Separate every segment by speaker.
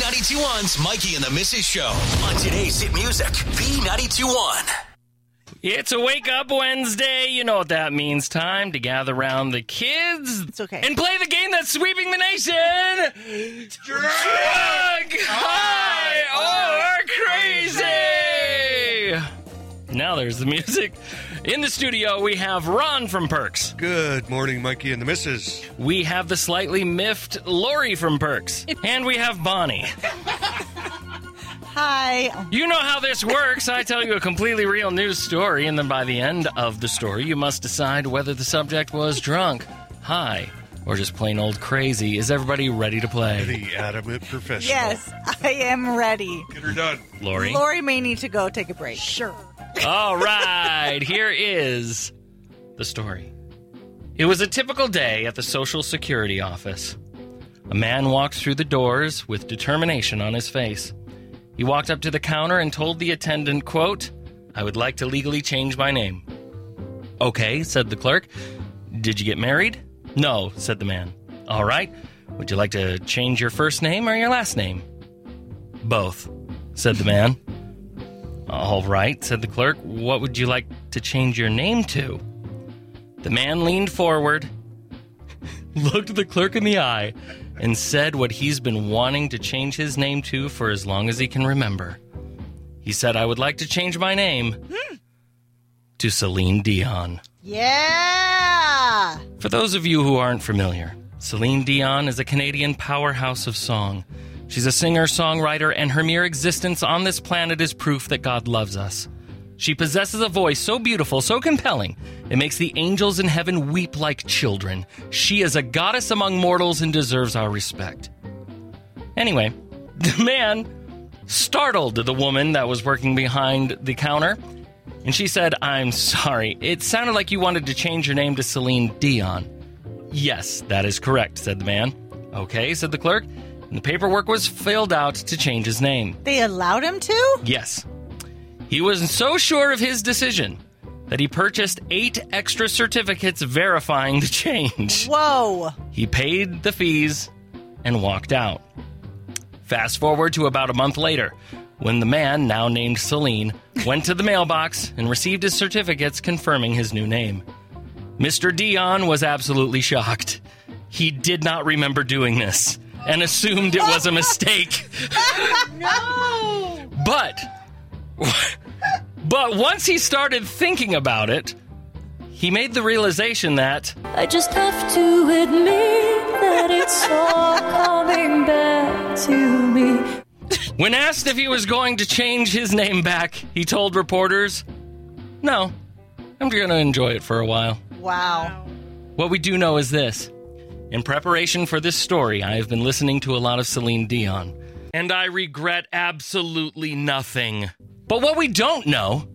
Speaker 1: B92.1's Mikey and the Mrs. Show on today's hit music, B92.1.
Speaker 2: It's a wake up Wednesday. You know what that means. Time to gather around the kids.
Speaker 3: It's okay.
Speaker 2: And play the game that's sweeping the nation. Drug high or crazy. Now there's the music. In the studio, we have Ron from Perks.
Speaker 4: Good morning, Mikey and the missus.
Speaker 2: We have the slightly miffed Lori from Perks. And we have Bonnie.
Speaker 3: Hi.
Speaker 2: You know how this works. I tell you a completely real news story, and then by the end of the story, you must decide whether the subject was drunk, high, or just plain old crazy. Is everybody ready to play?
Speaker 4: The adamant professional.
Speaker 3: Yes, I am ready.
Speaker 4: Get her done.
Speaker 2: Lori?
Speaker 3: Lori may need to go take a break. Sure.
Speaker 2: All right, here is the story. It was a typical day at the Social Security office. A man walked through the doors with determination on his face. He walked up to the counter and told the attendant, quote, I would like to legally change my name. Okay, said the clerk. Did you get married? No, said the man. All right. Would you like to change your first name or your last name? Both, said the man. All right, said the clerk. What would you like to change your name to? The man leaned forward, looked the clerk in the eye, and said what he's been wanting to change his name to for as long as he can remember. He said, I would like to change my name to Celine Dion.
Speaker 3: Yeah.
Speaker 2: For those of you who aren't familiar, Celine Dion is a Canadian powerhouse of song. She's a singer, songwriter, and her mere existence on this planet is proof that God loves us. She possesses a voice so beautiful, so compelling, it makes the angels in heaven weep like children. She is a goddess among mortals and deserves our respect. Anyway, the man startled the woman that was working behind the counter and she said, I'm sorry. It sounded like you wanted to change your name to Celine Dion. Yes, that is correct, said the man. Okay, said the clerk. And the paperwork was filled out to change his name.
Speaker 3: They allowed him to?
Speaker 2: Yes. He was so sure of his decision that he purchased eight extra certificates verifying the change.
Speaker 3: Whoa.
Speaker 2: He paid the fees and walked out. Fast forward to about a month later, when the man, now named Celine, went to the mailbox and received his certificates confirming his new name. Mr. Dion was absolutely shocked. He did not remember doing this and assumed it was a mistake.
Speaker 3: No.
Speaker 2: But but once he started thinking about it, he made the realization that
Speaker 5: I just have to admit that it's all coming back to me.
Speaker 2: When asked if he was going to change his name back, he told reporters, No, I'm going to enjoy it for a while.
Speaker 3: Wow.
Speaker 2: What we do know is this. In preparation for this story, I have been listening to a lot of Celine Dion, and I regret absolutely nothing. But what we don't know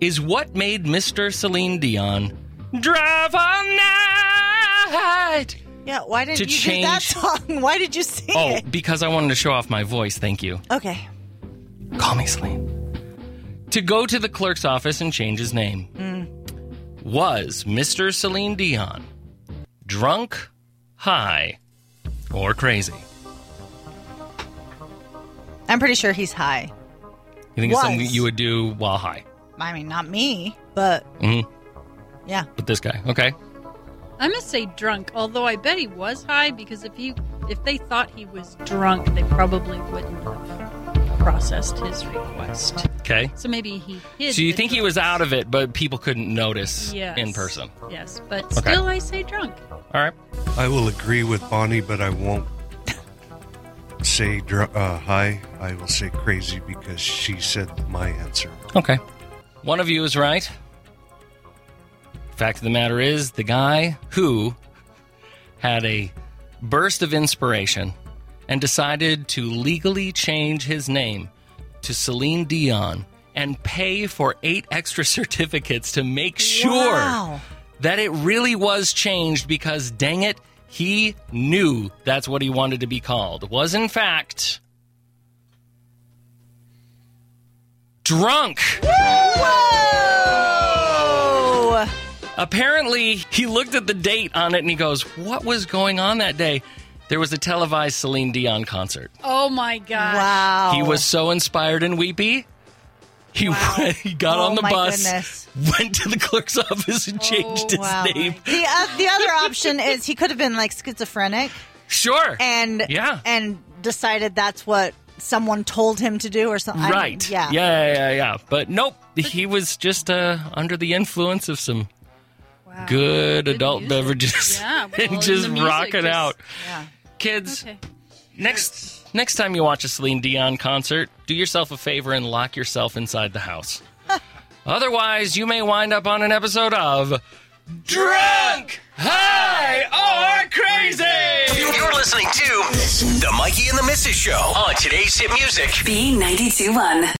Speaker 2: is what made Mr. Celine Dion drive all night.
Speaker 3: Yeah, why didn't
Speaker 2: To
Speaker 3: you do that song? Why did you sing
Speaker 2: Oh,
Speaker 3: it?
Speaker 2: because I wanted to show off my voice. Thank you.
Speaker 3: Okay.
Speaker 2: Call me Celine. To go to the clerk's office and change his name. Was Mr. Celine Dion drunk, high, or crazy?
Speaker 3: I'm pretty sure he's high.
Speaker 2: You think it's something
Speaker 3: Was.
Speaker 2: you would do while high?
Speaker 3: I mean, not me, but
Speaker 2: Mhm.
Speaker 3: yeah.
Speaker 2: But this guy, okay.
Speaker 6: I'm gonna say drunk, although I bet he was high because if you if they thought he was drunk, they probably wouldn't have processed his request.
Speaker 2: Okay.
Speaker 6: So maybe he hid.
Speaker 2: So you
Speaker 6: the
Speaker 2: think he was out of it, but people couldn't notice
Speaker 6: Yes.
Speaker 2: in person.
Speaker 6: drunk. Yes, but still, I say drunk.
Speaker 2: All right.
Speaker 4: I will agree with Bonnie, but I won't say dr- uh, hi. I will say crazy because she said my answer.
Speaker 2: Okay. One of you is right. Fact of the matter is, the guy who had a burst of inspiration and decided to legally change his name to Celine Dion and pay for eight extra certificates to make sure
Speaker 3: Wow.
Speaker 2: that it really was changed because, dang it, he knew that's what he wanted to be called, was in fact drunk.
Speaker 3: Whoa.
Speaker 2: Apparently, he looked at the date on it and he goes, What was going on that day? There was a televised Celine Dion concert.
Speaker 6: Oh my god.
Speaker 3: Wow.
Speaker 2: He was so inspired and weepy. He, went, he got
Speaker 3: Oh
Speaker 2: on the
Speaker 3: my
Speaker 2: bus,
Speaker 3: goodness.
Speaker 2: went to the clerk's office, and changed his
Speaker 3: wow.
Speaker 2: name.
Speaker 3: The, uh, the other option is he could have been like schizophrenic
Speaker 2: Sure.
Speaker 3: and
Speaker 2: Yeah.
Speaker 3: and decided that's what someone told him to do or something.
Speaker 2: right.
Speaker 3: yeah.
Speaker 2: yeah. Yeah. Yeah. yeah. But nope. He was just uh, under the influence of some
Speaker 6: Wow.
Speaker 2: good,
Speaker 6: Good
Speaker 2: adult
Speaker 6: music.
Speaker 2: beverages
Speaker 6: Yeah, well,
Speaker 2: and
Speaker 6: and
Speaker 2: just
Speaker 6: the music
Speaker 2: rock it
Speaker 6: just-
Speaker 2: out.
Speaker 3: Yeah.
Speaker 2: Kids,
Speaker 6: Okay.
Speaker 2: next next time you watch a Celine Dion concert, do yourself a favor and lock yourself inside the house. Otherwise, you may wind up on an episode of Drunk High or Crazy.
Speaker 1: You're listening to The Mikey and the Mrs. Show on today's hit music.
Speaker 7: B92.1.